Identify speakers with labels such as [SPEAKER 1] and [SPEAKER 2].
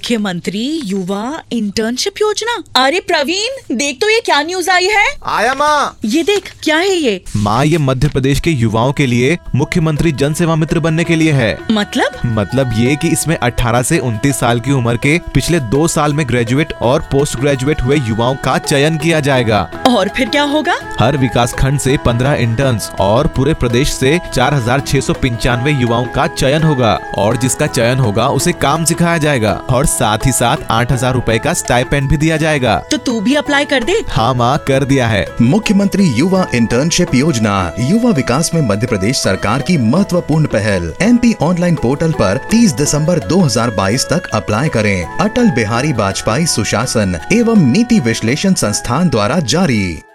[SPEAKER 1] मुख्यमंत्री युवा इंटर्नशिप योजना अरे प्रवीण देख तो ये क्या न्यूज आई है
[SPEAKER 2] आया माँ
[SPEAKER 1] ये देख क्या है ये
[SPEAKER 2] माँ ये मध्य प्रदेश के युवाओं के लिए मुख्यमंत्री जन सेवा मित्र बनने के लिए है
[SPEAKER 1] मतलब
[SPEAKER 2] मतलब ये कि इसमें 18 से 29 साल की उम्र के पिछले दो साल में ग्रेजुएट और पोस्ट ग्रेजुएट हुए युवाओं का चयन किया जाएगा
[SPEAKER 1] और फिर क्या होगा
[SPEAKER 2] हर विकास खंड से 15 इंटर्न्स और पूरे प्रदेश से चार युवाओं का चयन होगा और जिसका चयन होगा उसे काम सिखाया जाएगा और साथ ही साथ आठ हजार रूपए का स्टाइपेंड भी दिया जाएगा
[SPEAKER 1] तो तू भी अप्लाई कर दे
[SPEAKER 2] हाँ माँ कर दिया है
[SPEAKER 3] मुख्यमंत्री युवा इंटर्नशिप योजना युवा विकास में मध्य प्रदेश सरकार की महत्वपूर्ण पहल एमपी ऑनलाइन पोर्टल पर 30 दिसंबर 2022 तक अप्लाई करें अटल बिहारी वाजपेयी सुशासन एवं नीति विश्लेषण संस्थान द्वारा जारी